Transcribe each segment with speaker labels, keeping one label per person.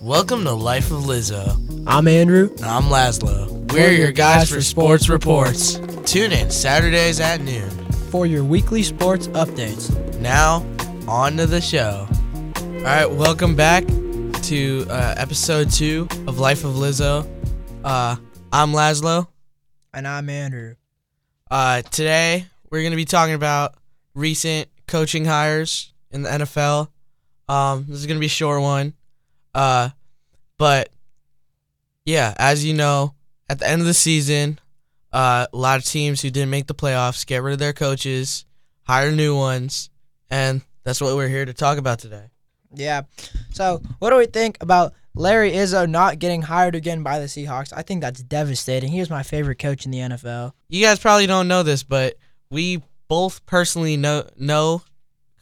Speaker 1: Welcome to Life of Lizzo.
Speaker 2: I'm Andrew.
Speaker 1: And I'm Laszlo. We're your guys for sports reports. Tune in Saturdays at noon.
Speaker 2: For your weekly sports updates,
Speaker 1: Now, on to the show. All right, welcome back to uh, episode two of Life of Lizzo. Uh, I'm Laszlo.
Speaker 2: and I'm Andrew.
Speaker 1: Uh, today, we're going to be talking about recent coaching hires in the NFL. Um, this is going to be a short one. Uh, but yeah, as you know, at the end of the season, uh, a lot of teams who didn't make the playoffs get rid of their coaches, hire new ones, and that's what we're here to talk about today.
Speaker 2: Yeah. So, what do we think about Larry Izzo not getting hired again by the Seahawks? I think that's devastating. He was my favorite coach in the NFL.
Speaker 1: You guys probably don't know this, but we both personally know know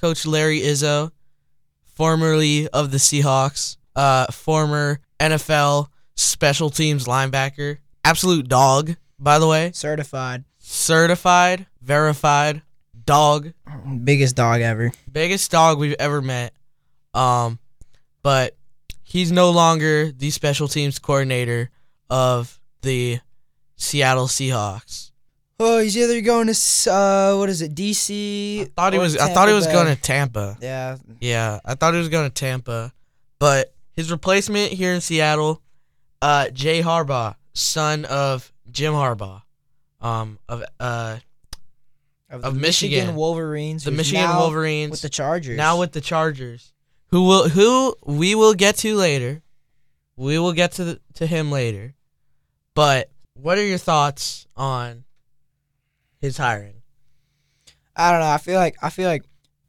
Speaker 1: Coach Larry Izzo, formerly of the Seahawks, uh, former NFL special teams linebacker, absolute dog, by the way,
Speaker 2: Certified.
Speaker 1: certified, verified dog,
Speaker 2: Biggest dog ever.
Speaker 1: biggest dog we've ever met. Um, but he's no longer the special teams coordinator of the Seattle Seahawks.
Speaker 2: Oh, he's either going to, s- uh, what is it, DC?
Speaker 1: I thought he
Speaker 2: or
Speaker 1: was. I
Speaker 2: Tampa
Speaker 1: thought he was
Speaker 2: Bay.
Speaker 1: going to Tampa.
Speaker 2: Yeah.
Speaker 1: Yeah, I thought he was going to Tampa, but his replacement here in Seattle, uh, Jay Harbaugh, son of Jim Harbaugh, um, of uh,
Speaker 2: Of,
Speaker 1: Of
Speaker 2: the
Speaker 1: Michigan.
Speaker 2: Wolverines.
Speaker 1: the
Speaker 2: who's
Speaker 1: Michigan
Speaker 2: now
Speaker 1: Wolverines,
Speaker 2: With the Chargers.
Speaker 1: now with the Chargers, who will who we will get to later. We will get to the, to him later, but what are your thoughts on his hiring?
Speaker 2: I don't know. I feel like I feel like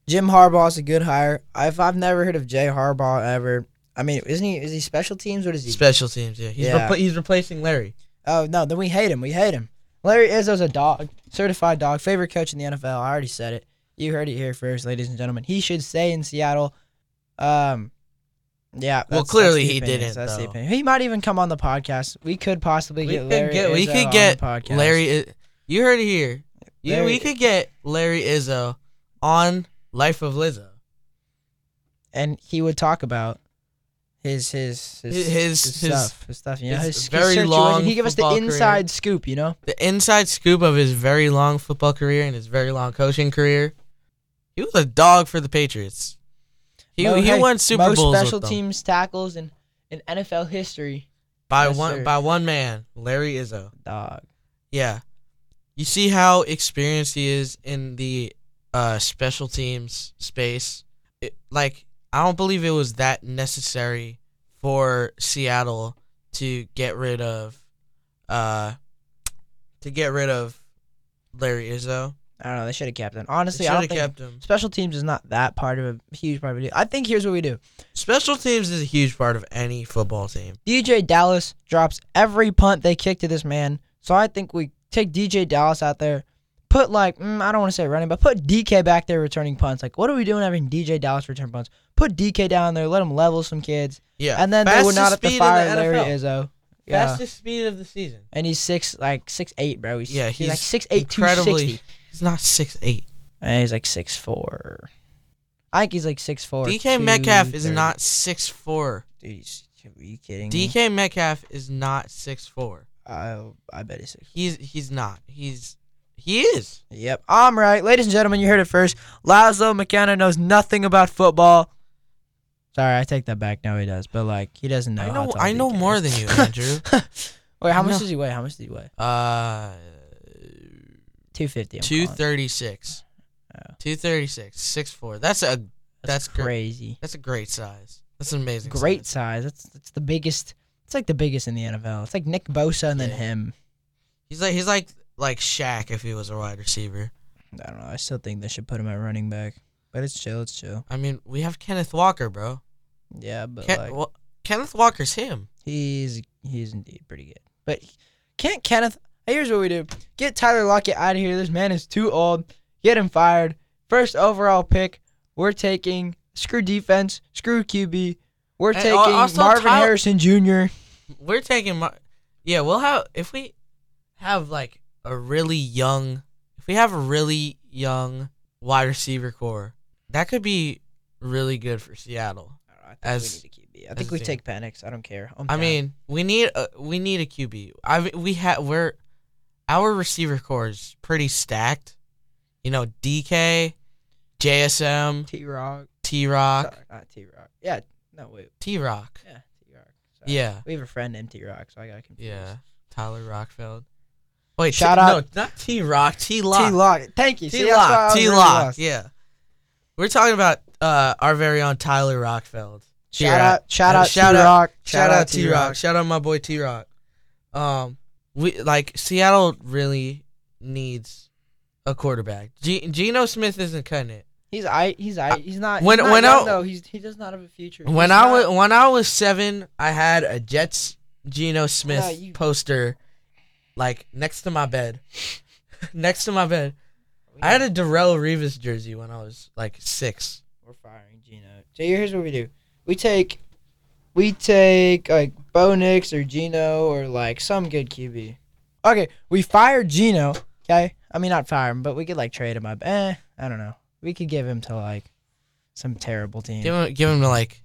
Speaker 2: Jim Harbaugh's a good hire. If I've never heard of Jay Harbaugh ever, I mean, isn't he? Is he special teams? What is he?
Speaker 1: Special teams, yeah. He's
Speaker 2: Yeah.
Speaker 1: repla- he's replacing Larry.
Speaker 2: oh no, then we hate him. We hate him. Larry Izzo's a dog, certified dog, favorite coach in the NFL. I already said it. You heard it here first, ladies and gentlemen. He should stay in Seattle. Um, yeah. that's-
Speaker 1: clearly
Speaker 2: that's the
Speaker 1: he
Speaker 2: opinion.
Speaker 1: didn't,
Speaker 2: That's the
Speaker 1: though.
Speaker 2: opinion. He might even come on the podcast. We could possibly
Speaker 1: We
Speaker 2: get
Speaker 1: could
Speaker 2: Larry.
Speaker 1: get- we
Speaker 2: Izzo
Speaker 1: could
Speaker 2: on
Speaker 1: get
Speaker 2: the podcast.
Speaker 1: Larry, I- you heard it here. You,
Speaker 2: Larry-
Speaker 1: we could get Larry Izzo on Life of Lizzo.
Speaker 2: and he would talk about his his his
Speaker 1: His- his- his-
Speaker 2: stuff, his stuff. You know,
Speaker 1: his
Speaker 2: his,
Speaker 1: very
Speaker 2: very
Speaker 1: long
Speaker 2: long. He gave us the
Speaker 1: football career.
Speaker 2: inside scoop. You know,
Speaker 1: The inside scoop of his very long football career and his very long coaching career. He was a dog for the Patriots. He,
Speaker 2: Mo-
Speaker 1: he
Speaker 2: hey,
Speaker 1: won Super
Speaker 2: most
Speaker 1: Bowls
Speaker 2: special
Speaker 1: with them.
Speaker 2: teams tackles in in NFL history.
Speaker 1: by
Speaker 2: Yes,
Speaker 1: one
Speaker 2: sir.
Speaker 1: by one man, Larry Izzo.
Speaker 2: Dog.
Speaker 1: Yeah. You see how experienced he is in the uh, special teams space. It, like, I don't believe it was that necessary for Seattle to get rid of, uh, to get rid of Larry Izzo.
Speaker 2: I don't know. They should have kept him.
Speaker 1: They
Speaker 2: Honestly, I
Speaker 1: should
Speaker 2: don't
Speaker 1: have
Speaker 2: think
Speaker 1: kept him.
Speaker 2: special teams is not that part of a huge part of it. I think here's what we do.
Speaker 1: Special teams is a huge part of any football team.
Speaker 2: DJ Dallas drops every punt they kick to this man. So I think we take DJ Dallas out there, put like mm, I don't want to say running, but put DK back there returning punts. Like what are we doing having DJ Dallas return punts? Put DK down there, let him level some kids,
Speaker 1: Yeah.
Speaker 2: and then they would
Speaker 1: Fastest
Speaker 2: not have
Speaker 1: speed
Speaker 2: to
Speaker 1: in
Speaker 2: fire
Speaker 1: the
Speaker 2: Larry
Speaker 1: NFL.
Speaker 2: Izzo. Yeah,
Speaker 1: Fastest speed of the season.
Speaker 2: and he's six like six eight, bro. He's,
Speaker 1: Yeah,
Speaker 2: he's,
Speaker 1: he's
Speaker 2: like six eight two
Speaker 1: incredibly-
Speaker 2: sixty,
Speaker 1: He's not six eight.
Speaker 2: and he's like six four. I think he's like six four.
Speaker 1: DK Metcalf is not six four.
Speaker 2: Dude, he's- are you kidding me?
Speaker 1: DK Metcalf is not six four.
Speaker 2: I I bet he's six.
Speaker 1: He's he's not. He's he is.
Speaker 2: Yep, I'm right. Ladies and gentlemen, you heard it first. Laszlo McKenna knows nothing about football. Sorry, I take that back. No, he does. But, like, he doesn't know.
Speaker 1: I
Speaker 2: how
Speaker 1: know
Speaker 2: tall
Speaker 1: I
Speaker 2: DK
Speaker 1: know
Speaker 2: is.
Speaker 1: more than you, Andrew.
Speaker 2: Wait, how
Speaker 1: I
Speaker 2: much
Speaker 1: know.
Speaker 2: does he weigh? How much does he weigh?
Speaker 1: uh
Speaker 2: 250. I'm
Speaker 1: two
Speaker 2: calling.
Speaker 1: thirty six.
Speaker 2: Oh.
Speaker 1: Two thirty six. Six four. That's a that's great.
Speaker 2: crazy.
Speaker 1: that's a great size. That's an amazing
Speaker 2: Great
Speaker 1: size.
Speaker 2: size. That's, that's the biggest. It's like the biggest in the NFL. It's like Nick Bosa and then
Speaker 1: Yeah.
Speaker 2: him.
Speaker 1: He's like he's like like Shaq if he was a wide receiver.
Speaker 2: I don't know. I still think they should put him at running back. But it's chill. It's chill.
Speaker 1: I mean, we have Kenneth Walker, bro.
Speaker 2: Yeah, but,
Speaker 1: Ken,
Speaker 2: like,
Speaker 1: well, Kenneth Walker's him.
Speaker 2: he's he's indeed pretty good. But can't Kenneth? Here's what we do: get Tyler Lockett out of here. This man is too old. Get him fired. First overall pick. We're taking screw defense, screw QB. We're
Speaker 1: And
Speaker 2: taking
Speaker 1: al- also
Speaker 2: Marvin
Speaker 1: Tyler-
Speaker 2: Harrison Jr.
Speaker 1: We're taking Mar- Yeah, we'll have if we have like a really young if we have a really young wide receiver core, that could be really good for Seattle.
Speaker 2: I think
Speaker 1: As-
Speaker 2: we need I think
Speaker 1: a
Speaker 2: we
Speaker 1: team.
Speaker 2: take Penix. I don't care. I'm
Speaker 1: I
Speaker 2: down.
Speaker 1: mean, we need a, we need a QB. I we have we're our receiver core is pretty stacked. You know, DK, JSM,
Speaker 2: T Rock.
Speaker 1: T Rock,
Speaker 2: Sorry, not T Rock. Yeah. No wait.
Speaker 1: T Rock.
Speaker 2: Yeah. T Rock. Sorry.
Speaker 1: Yeah,
Speaker 2: We have a friend named T Rock, so I got confused.
Speaker 1: yeah. Tyler Rockfeld. Wait,
Speaker 2: Shout
Speaker 1: T-
Speaker 2: out-
Speaker 1: No, not T Rock. T Lock.
Speaker 2: T Lock. Thank you. See,
Speaker 1: T
Speaker 2: that's why I
Speaker 1: Lock.
Speaker 2: was
Speaker 1: T
Speaker 2: really
Speaker 1: Lock.
Speaker 2: lost.
Speaker 1: Yeah. We're talking about uh, our very own Tyler Rockfeld.
Speaker 2: Shout
Speaker 1: T-Rock.
Speaker 2: out. Shout out.
Speaker 1: Shout out-
Speaker 2: T Rock.
Speaker 1: Shout, out T Rock. Shout out my boy T Rock. Um, we like Seattle really needs a quarterback. G- Geno Smith isn't cutting it.
Speaker 2: He's I. He's I. He's not.
Speaker 1: When-
Speaker 2: he's not
Speaker 1: when
Speaker 2: young,
Speaker 1: I-
Speaker 2: though. He's he does not have a future.
Speaker 1: When
Speaker 2: He's
Speaker 1: I
Speaker 2: not-
Speaker 1: was when I was seven, I had a Jets Geno Smith
Speaker 2: No, you-
Speaker 1: poster, like next to my bed, next to my bed. I had a Darrell Revis jersey when I was like six.
Speaker 2: We're firing Gino. So here- here's what we do. We take, we take like Bo Nix or Gino or like some good QB. Okay, we fire Gino. Okay, I mean not fire him, but we could like trade him up. Eh, I don't know. We could give him to like some terrible team.
Speaker 1: Give him give him to like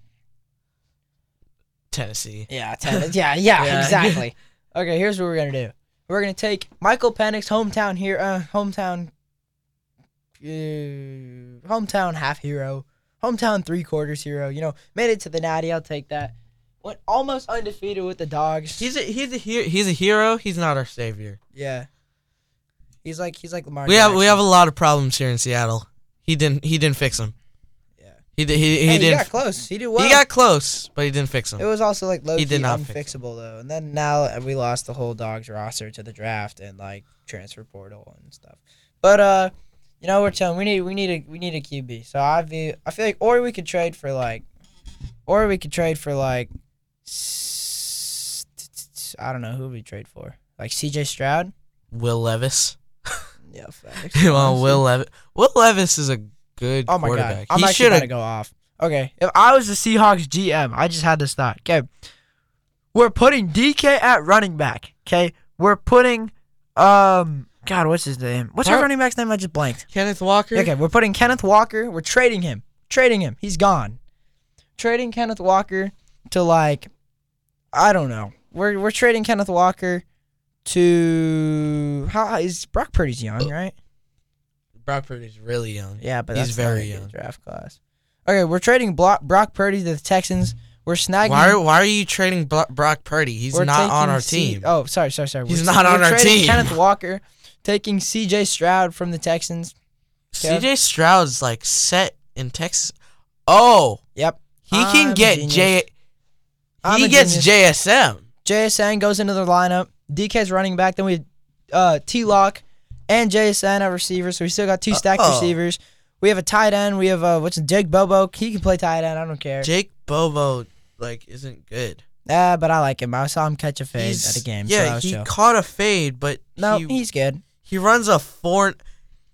Speaker 1: Tennessee.
Speaker 2: yeah, ten, yeah, yeah,
Speaker 1: Yeah.
Speaker 2: exactly. okay, here's what we're gonna do. We're gonna take Michael Penix hometown here, uh, hometown, uh, hometown half hero, hometown three quarters hero. You know, made it to the Natty. I'll take that. Went almost undefeated with the dogs.
Speaker 1: He's a he's a he- he's a hero. He's not our savior.
Speaker 2: yeah. He's like he's like Lamar.
Speaker 1: We have we
Speaker 2: Jackson.
Speaker 1: have a lot of problems here in Seattle. He didn't he didn't fix them.
Speaker 2: Yeah.
Speaker 1: He did he, he
Speaker 2: Hey,
Speaker 1: didn't.
Speaker 2: got close. He did well.
Speaker 1: he got close, but he didn't fix
Speaker 2: It
Speaker 1: them.
Speaker 2: was also like low
Speaker 1: He
Speaker 2: key
Speaker 1: did not fix
Speaker 2: unfixable though, and then now we lost the whole dogs roster to the draft and like transfer portal and stuff. But uh, you know we're chilling. We need we need a we need a QB. So I view I feel like or we could trade for like, or we could trade for like, s- t- t- t- I don't know who would we trade for like C.J. Stroud.
Speaker 1: Will Levis.
Speaker 2: Yeah, facts.
Speaker 1: You want
Speaker 2: honestly.
Speaker 1: Will Levis? Will Levis is a good
Speaker 2: Oh my god,
Speaker 1: quarterback.
Speaker 2: I'm
Speaker 1: he
Speaker 2: actually
Speaker 1: should
Speaker 2: gonna go off. Okay, if I was the Seahawks GM, I just had this thought. Okay, we're putting DK at running back. Okay, we're putting um, God, what's his name? What's our
Speaker 1: Huh?
Speaker 2: running back's name? I just blanked.
Speaker 1: Kenneth Walker.
Speaker 2: Okay, we're putting Kenneth Walker. We're trading him. Trading him. He's gone. Trading Kenneth Walker to like, I don't know. We're we're trading Kenneth Walker to how is Brock Purdy's young,
Speaker 1: Uh,
Speaker 2: right?
Speaker 1: Brock Purdy's really young.
Speaker 2: Yeah, but
Speaker 1: He's
Speaker 2: that's not a
Speaker 1: very
Speaker 2: good
Speaker 1: young.
Speaker 2: draft class. Okay, we're trading Blo- Brock Purdy to the Texans. We're snagging.
Speaker 1: Why are, why are you trading Bro- Brock Purdy? He's
Speaker 2: we're
Speaker 1: not on
Speaker 2: taking
Speaker 1: our
Speaker 2: C-
Speaker 1: team.
Speaker 2: oh, sorry, sorry, sorry.
Speaker 1: He's
Speaker 2: We're-
Speaker 1: not on
Speaker 2: we're
Speaker 1: our
Speaker 2: trading
Speaker 1: team.
Speaker 2: Kenneth Walker, taking C.J. Stroud from the Texans. okay.
Speaker 1: CJ Stroud's like set in Texas. Oh,
Speaker 2: Yep.
Speaker 1: he
Speaker 2: I'm
Speaker 1: can
Speaker 2: a
Speaker 1: get
Speaker 2: genius.
Speaker 1: J.
Speaker 2: I'm
Speaker 1: he
Speaker 2: a
Speaker 1: gets
Speaker 2: genius.
Speaker 1: JSM.
Speaker 2: JSN goes into the lineup. DK's running back. Then we have uh, T Lock and JSN at receiver. So we still got two stacked
Speaker 1: Uh-oh.
Speaker 2: receivers. We have a tight end. We have uh, what's it, Jake Bobo. He can play tight end. I don't care.
Speaker 1: Jake Bobo like isn't good.
Speaker 2: uh, but I like him. I saw him catch a fade
Speaker 1: He's-
Speaker 2: at a game. so I
Speaker 1: Yeah,
Speaker 2: was
Speaker 1: he
Speaker 2: chill.
Speaker 1: caught a fade, but
Speaker 2: No,
Speaker 1: he,
Speaker 2: he's good.
Speaker 1: he runs a four.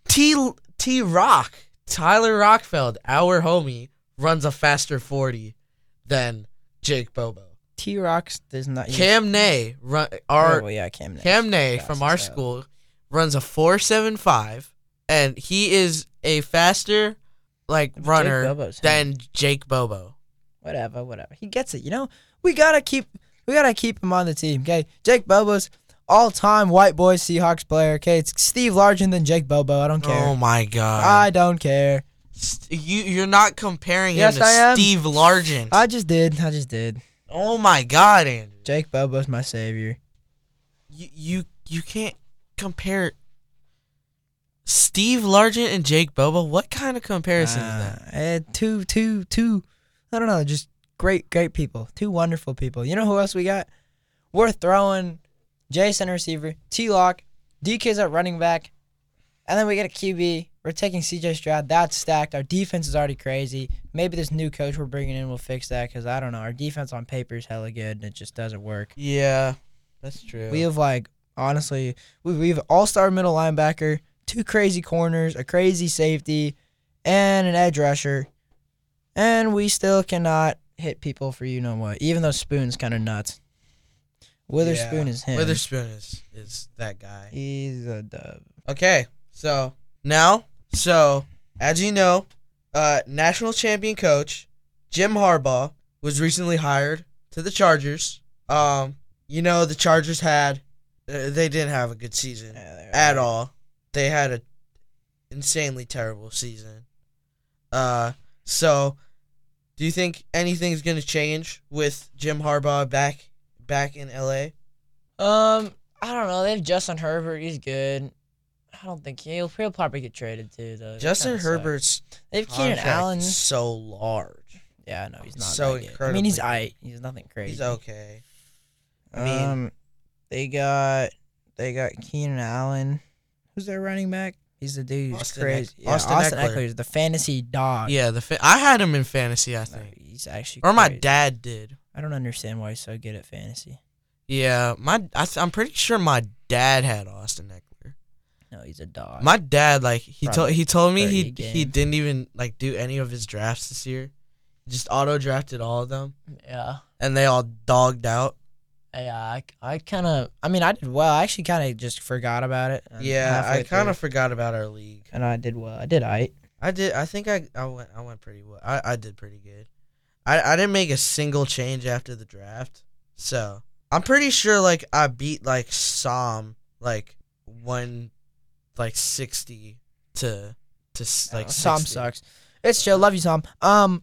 Speaker 1: T T Rock Tyler Rockfeld, our homie, runs a faster forty than Jake Bobo.
Speaker 2: T Rocks does not. use-
Speaker 1: Cam Nay run
Speaker 2: Oh,
Speaker 1: our
Speaker 2: well, yeah, Cam. Newton.
Speaker 1: Cam Nay
Speaker 2: fast
Speaker 1: from
Speaker 2: as
Speaker 1: our
Speaker 2: hell.
Speaker 1: school runs a four seven five, and he is a faster like
Speaker 2: Jake
Speaker 1: runner
Speaker 2: Bobo's him.
Speaker 1: than Jake Bobo.
Speaker 2: whatever, whatever. He gets it. You know, we gotta keep we gotta keep him on the team. Okay, Jake Bobo's all time white boy Seahawks player. Okay, it's Steve Largent than Jake Bobo. I don't care.
Speaker 1: Oh my god!
Speaker 2: I don't care.
Speaker 1: St- you you're not comparing
Speaker 2: Yes,
Speaker 1: him to
Speaker 2: I am.
Speaker 1: Steve Largent.
Speaker 2: I just did. I just did.
Speaker 1: Oh my God, Andrew!
Speaker 2: Jake Bobo's my savior.
Speaker 1: You you, you can't compare Steve Largent and Jake Bobo. What kind of comparison is that?
Speaker 2: Uh, eh, two, two, two. I don't know. Just great, great people. Two wonderful people. You know who else we got? We're throwing Jason receiver, T Lock, DK's at running back, and then we get a QB. We're taking CJ Stroud. That's stacked. Our defense is already crazy. Maybe this new coach we're bringing in will fix that because I don't know. Our defense on paper is hella good and it just doesn't work.
Speaker 1: Yeah, that's true.
Speaker 2: We have like honestly, we we have all star middle linebacker, two crazy corners, a crazy safety, and an edge rusher, and we still cannot hit people for you know what. Even though Spoon's kind of nuts. Witherspoon is him.
Speaker 1: Witherspoon is is that guy.
Speaker 2: He's a dub.
Speaker 1: Okay, so now so as you know, uh, national champion coach Jim Harbaugh was recently hired to the Chargers. Um, you know the Chargers had uh, they didn't have a good season at all. They had a insanely terrible season. Uh, so do you think anything's going to change with Jim Harbaugh back back in LA?
Speaker 3: Um, I don't know. They have Justin Herbert. He's good. I don't think he'll, he'll probably get traded too, though. That
Speaker 1: Justin
Speaker 3: kinda
Speaker 1: Herbert's
Speaker 3: sucks. They have Keenan
Speaker 1: contract
Speaker 3: Allen.
Speaker 1: is so large.
Speaker 3: Yeah, no, he's not.
Speaker 1: so
Speaker 3: that good. I mean, he's
Speaker 1: incredibly-
Speaker 3: I. He's nothing crazy.
Speaker 1: He's okay. I mean-
Speaker 2: Um, they got they got Keenan Allen. Who's their running back? He's the dude who's
Speaker 1: Austin
Speaker 2: crazy.
Speaker 1: Eck-
Speaker 2: yeah,
Speaker 1: Austin
Speaker 2: Austin,
Speaker 1: Eckler.
Speaker 2: Eckler. is the fantasy dog.
Speaker 1: Yeah, the fa- I had him in fantasy, I
Speaker 2: No,
Speaker 1: think,
Speaker 2: he's actually.
Speaker 1: or my
Speaker 2: crazy.
Speaker 1: dad did.
Speaker 2: I don't understand why he's so good at fantasy.
Speaker 1: Yeah, my I th- I'm pretty sure my dad had Austin Eckler.
Speaker 2: No, he's a dog.
Speaker 1: My dad like he told
Speaker 2: Probably
Speaker 1: he told me he
Speaker 2: 30
Speaker 1: he
Speaker 2: game.
Speaker 1: didn't even like do any of his drafts this year. Just auto drafted all of them,
Speaker 3: Yeah.
Speaker 1: and they all dogged out.
Speaker 3: Yeah, I, I kind of.
Speaker 2: I mean, I did well. I actually kind of just forgot about it. I'm
Speaker 1: yeah,
Speaker 2: halfway
Speaker 1: I kind of
Speaker 2: through,
Speaker 1: forgot about our league.
Speaker 2: and I did well. I did I.
Speaker 1: I did. I think I I went I went pretty well. I, I did pretty good. I I didn't make a single change after the draft, so I'm pretty sure like I beat like Som like one like sixty to to s- like
Speaker 2: Som
Speaker 1: 60.
Speaker 2: Oh, sucks. It's Joe. Love you, Som. Um,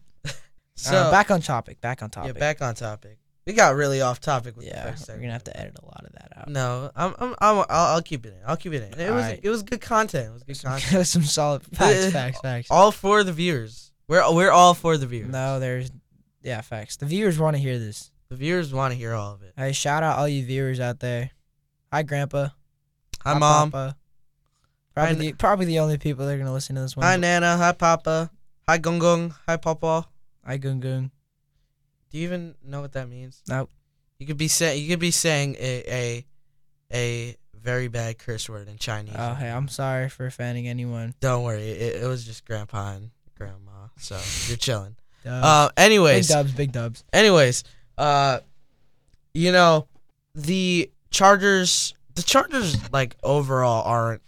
Speaker 1: So
Speaker 2: uh, back on topic. Back on topic.
Speaker 1: yeah, back on topic. We got really off topic with the
Speaker 2: Yeah,
Speaker 1: first
Speaker 2: we're
Speaker 1: segment.
Speaker 2: gonna have to edit a lot of that out.
Speaker 1: No, I'm I'm, I'm I'll, I'll keep it in. I'll keep it in. It was
Speaker 2: Alright.
Speaker 1: it was good content. It was good content.
Speaker 2: Some solid facts,
Speaker 1: Uh,
Speaker 2: facts, facts.
Speaker 1: all for the viewers. We're we're all for the viewers.
Speaker 2: No, there's yeah, facts. The viewers want to hear this.
Speaker 1: The viewers want to hear all of it.
Speaker 2: Hey, shout out all you viewers out there. Hi, Grandpa.
Speaker 1: Hi, mom.
Speaker 2: Papa.
Speaker 1: Hi,
Speaker 2: Probably,
Speaker 1: N-
Speaker 2: the, probably the only people that are gonna listen to this one.
Speaker 1: Hi Nana, hi Papa, hi Gung Gung, hi Papa.
Speaker 2: Hi, Gung Gung.
Speaker 1: Do you even know what that means?
Speaker 2: Nope.
Speaker 1: You could be saying you could be saying a, a a very bad curse word in Chinese.
Speaker 2: Oh, hey, I'm sorry for offending anyone.
Speaker 1: Don't worry, it, it was just Grandpa and Grandma, so you're chilling.
Speaker 2: Dubs.
Speaker 1: Uh,
Speaker 2: big
Speaker 1: anyways,
Speaker 2: dubs, big dubs.
Speaker 1: anyways, uh, you know, the Chargers, the Chargers like overall aren't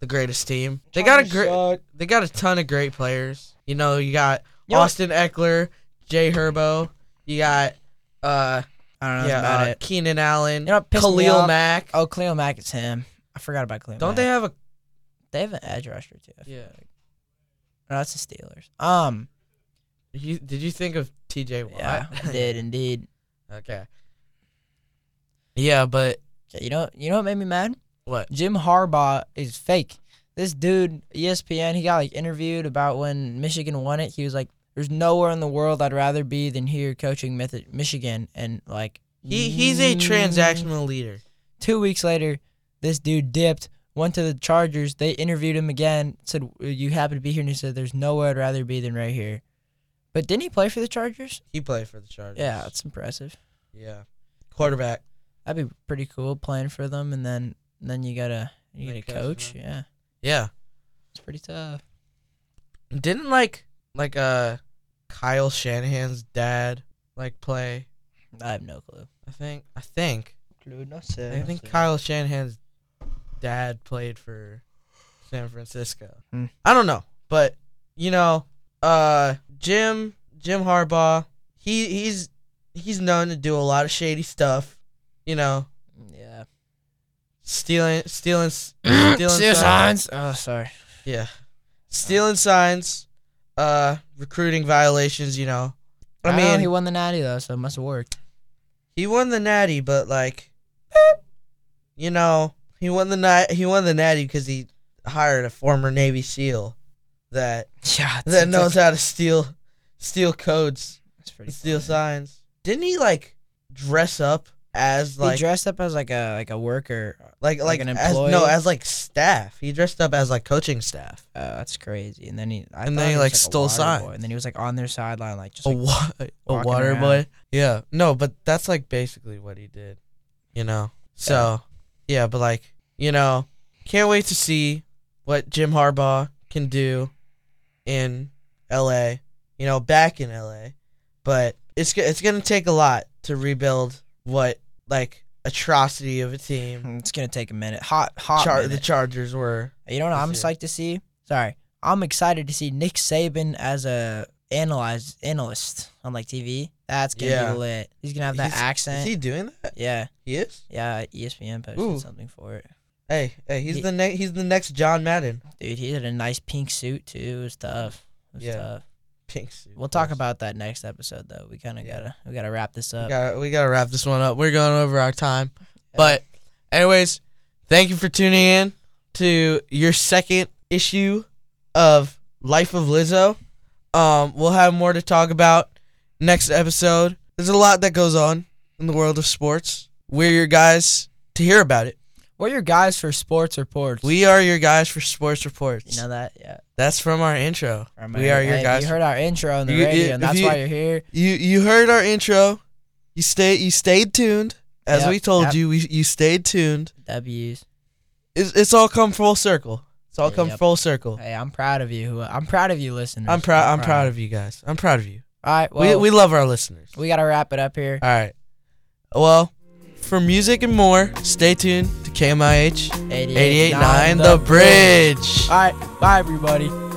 Speaker 1: the greatest team. They got a great, they got a ton of great players. You know, you got
Speaker 2: You know what?
Speaker 1: Austin Eckler, Jay Herbo. You got uh
Speaker 2: I don't know
Speaker 1: yeah,
Speaker 2: that's about
Speaker 1: uh,
Speaker 2: it.
Speaker 1: Keenan Allen,
Speaker 2: You know what pissed me
Speaker 1: Khalil
Speaker 2: off?
Speaker 1: Mack.
Speaker 2: Oh, Cleo Mack, it's him. I forgot about Cleo.
Speaker 1: Don't they have a
Speaker 2: They have an edge rusher too. I feel
Speaker 1: yeah?
Speaker 2: like. No, that's the Steelers. Um,
Speaker 1: You, did you think of T.J. Watt?
Speaker 2: yeah, I did indeed.
Speaker 1: okay. Yeah, but
Speaker 2: You know, you know what made me mad?
Speaker 1: what?
Speaker 2: Jim Harbaugh is fake. This dude, E ESPN, he got like interviewed about when Michigan won it. He was like, "There's nowhere in the world I'd rather be than here coaching Mith- Michigan." And like,
Speaker 1: He he's a
Speaker 2: mm,
Speaker 1: transactional leader.
Speaker 2: Two weeks later, this dude dipped, went to the Chargers. They interviewed him again. Said, "You happen to be here," and he said, "There's nowhere I'd rather be than right here." But didn't he play for the Chargers?
Speaker 1: He played for the Chargers.
Speaker 2: Yeah, it's impressive.
Speaker 1: yeah. Quarterback.
Speaker 2: That'd be pretty cool playing for them, and then then you gotta you
Speaker 1: Like
Speaker 2: gotta
Speaker 1: coach
Speaker 2: coach.
Speaker 1: them.
Speaker 2: Yeah,
Speaker 1: Yeah.
Speaker 2: it's pretty tough.
Speaker 1: Didn't like like uh Kyle Shanahan's dad like play?
Speaker 2: I have no clue.
Speaker 1: I think I think
Speaker 2: Clue, no sé.
Speaker 1: I think Kyle Shanahan's dad played for San Francisco.
Speaker 2: Hmm.
Speaker 1: I don't know, but you know, uh, Jim Jim Harbaugh, he he's he's known to do a lot of shady stuff. You know,
Speaker 2: Yeah.
Speaker 1: stealing stealing s- stealing signs.
Speaker 2: Oh, sorry.
Speaker 1: Yeah, stealing signs, uh, recruiting violations. You know, I
Speaker 2: I
Speaker 1: mean,
Speaker 2: mean, he won the natty though, so it must have worked.
Speaker 1: He won the natty, but like, eh, you know, he won the nat- he won the natty because he hired a former Navy SEAL that
Speaker 2: Yeah.
Speaker 1: that knows how to steal steal codes,
Speaker 2: That's pretty.
Speaker 1: and steal
Speaker 2: funny.
Speaker 1: signs. Didn't he like dress up as
Speaker 2: he
Speaker 1: like
Speaker 2: dressed up as like a like a worker.
Speaker 1: like like,
Speaker 2: like an
Speaker 1: as, no
Speaker 2: employee?
Speaker 1: as like staff? He dressed up as like coaching staff.
Speaker 2: Oh, that's crazy. And then he. I
Speaker 1: And
Speaker 2: thought
Speaker 1: then he,
Speaker 2: was,
Speaker 1: like,
Speaker 2: a
Speaker 1: stole
Speaker 2: water
Speaker 1: signs.
Speaker 2: boy, And then he was like on their sideline, like just.
Speaker 1: A
Speaker 2: Like,
Speaker 1: wa- a
Speaker 2: walking
Speaker 1: water
Speaker 2: around.
Speaker 1: boy. Yeah, no, but that's like basically what he did. You know. So, yeah, but like, you know, can't wait to see what Jim Harbaugh can do in LA, you know, back in LA. But it's go- it's going to take a lot to rebuild what like atrocity of a team
Speaker 2: "Hmm, it's gonna take a minute. Hot, hot.
Speaker 1: Char- the
Speaker 2: minute.
Speaker 1: Chargers were.
Speaker 2: you know what I'm
Speaker 1: This year.
Speaker 2: psyched to see? Sorry, I'm excited to see Nick Saban as a analyze analyst on like TV. That's gonna
Speaker 1: Yeah.
Speaker 2: be lit. He's gonna have that
Speaker 1: He's- Is
Speaker 2: accent.
Speaker 1: he doing that?
Speaker 2: yeah,
Speaker 1: He is.
Speaker 2: yeah. E ESPN posted
Speaker 1: Ooh.
Speaker 2: something for it.
Speaker 1: Hey, hey, he's
Speaker 2: Ye-
Speaker 1: the ne- he's the next John Madden.
Speaker 2: Dude, he had a nice pink suit too. It was tough. It was
Speaker 1: Yeah.
Speaker 2: tough.
Speaker 1: Pink suit.
Speaker 2: We'll talk
Speaker 1: Yes.
Speaker 2: about that next episode though. We kind of
Speaker 1: Yeah.
Speaker 2: gotta we gotta wrap this
Speaker 1: We
Speaker 2: up.
Speaker 1: gotta, we gotta wrap this one up. We're going over our time, but anyways, thank you for tuning in to your second issue of Life of Lizzo. Um, we'll have more to talk about next episode. There's a lot that goes on in the world of sports. We're your guys to hear about it.
Speaker 4: What are your guys for sports reports?
Speaker 1: We are your guys for sports reports.
Speaker 2: You know that? Yeah.
Speaker 1: That's from our intro.
Speaker 2: From
Speaker 1: We
Speaker 2: our-
Speaker 1: are your
Speaker 2: hey,
Speaker 1: guys.
Speaker 2: You heard our intro on the
Speaker 1: You-
Speaker 2: radio,
Speaker 1: if
Speaker 2: and that's
Speaker 1: you-
Speaker 2: why you're here.
Speaker 1: You you heard our intro. You stay you stayed tuned as
Speaker 2: Yep,
Speaker 1: we told
Speaker 2: yep.
Speaker 1: you. We, you stayed tuned.
Speaker 2: W's.
Speaker 1: it's, it's all come full circle. It's all come
Speaker 2: Yep.
Speaker 1: full circle.
Speaker 2: Hey, I'm proud of you. I'm proud of you, listeners.
Speaker 1: I'm proud. I'm proud of you guys. I'm proud of you.
Speaker 2: All right. Well,
Speaker 1: we we love our listeners.
Speaker 2: we gotta wrap it up here.
Speaker 1: all right. Well, for music and more, stay tuned to KMIH 88.9 The Bridge.
Speaker 4: All right, bye everybody.